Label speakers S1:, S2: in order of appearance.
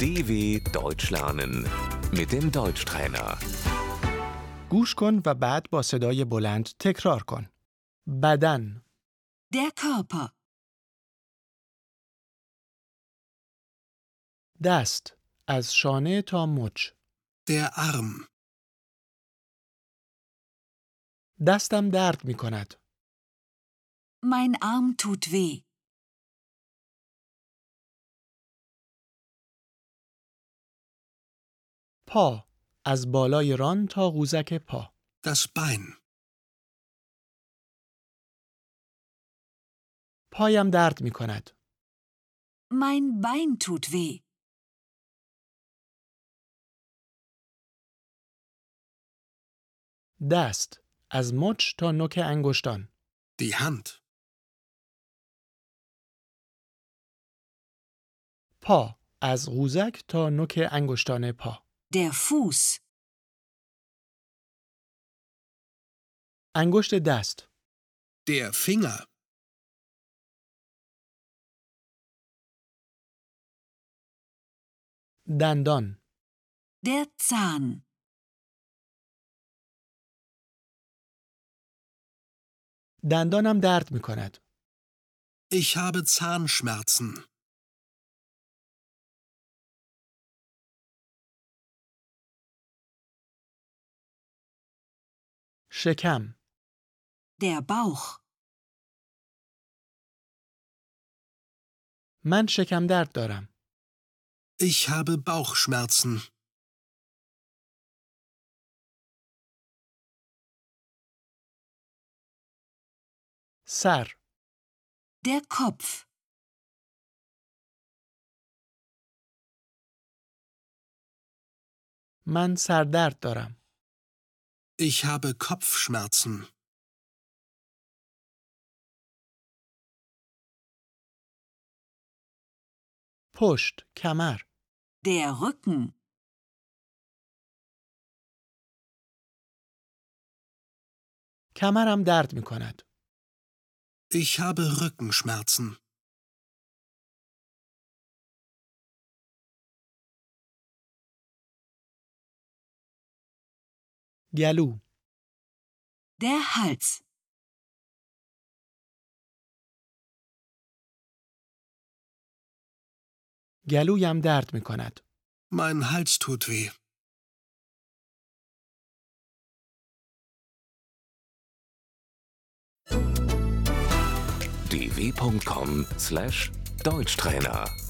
S1: DW Deutsch lernen mit dem Deutschtrainer.
S2: گوش کن و بعد با صدای بلند تکرار کن. بدن،
S3: Der Körper,
S2: دست، از شانه تا مچ.
S4: Der Arm,
S2: دستم درد می کند.
S3: mein Arm tut weh,
S2: پا، از بالای ران تا قوزک پا.
S4: das Bein,
S2: پایم درد می کند.
S3: mein Bein tut weh,
S2: دست، از مچ تا نوک انگشتان.
S4: die Hand,
S2: پا، از قوزک تا نوک انگشتان پا.
S3: der Fuß,
S2: انگشت دست،
S4: der Finger,
S2: دندان،
S3: der Zahn,
S2: دندانم درد می کند.
S4: ich habe Zahnschmerzen,
S2: شکم،
S3: der Bauch,
S2: من شکم درد دارم.
S4: ich habe Bauchschmerzen,
S2: سر،
S3: der Kopf,
S2: من سردرد دارم.
S4: ich habe Kopfschmerzen,
S2: پشت، کمر.
S3: der Rücken,
S2: کمرم درد می کند.
S4: ich habe Rückenschmerzen,
S2: گلو،
S3: der Hals,
S2: گلویم درد می کند.
S4: mein Hals tut weh,
S1: dw.com/deutschtrainer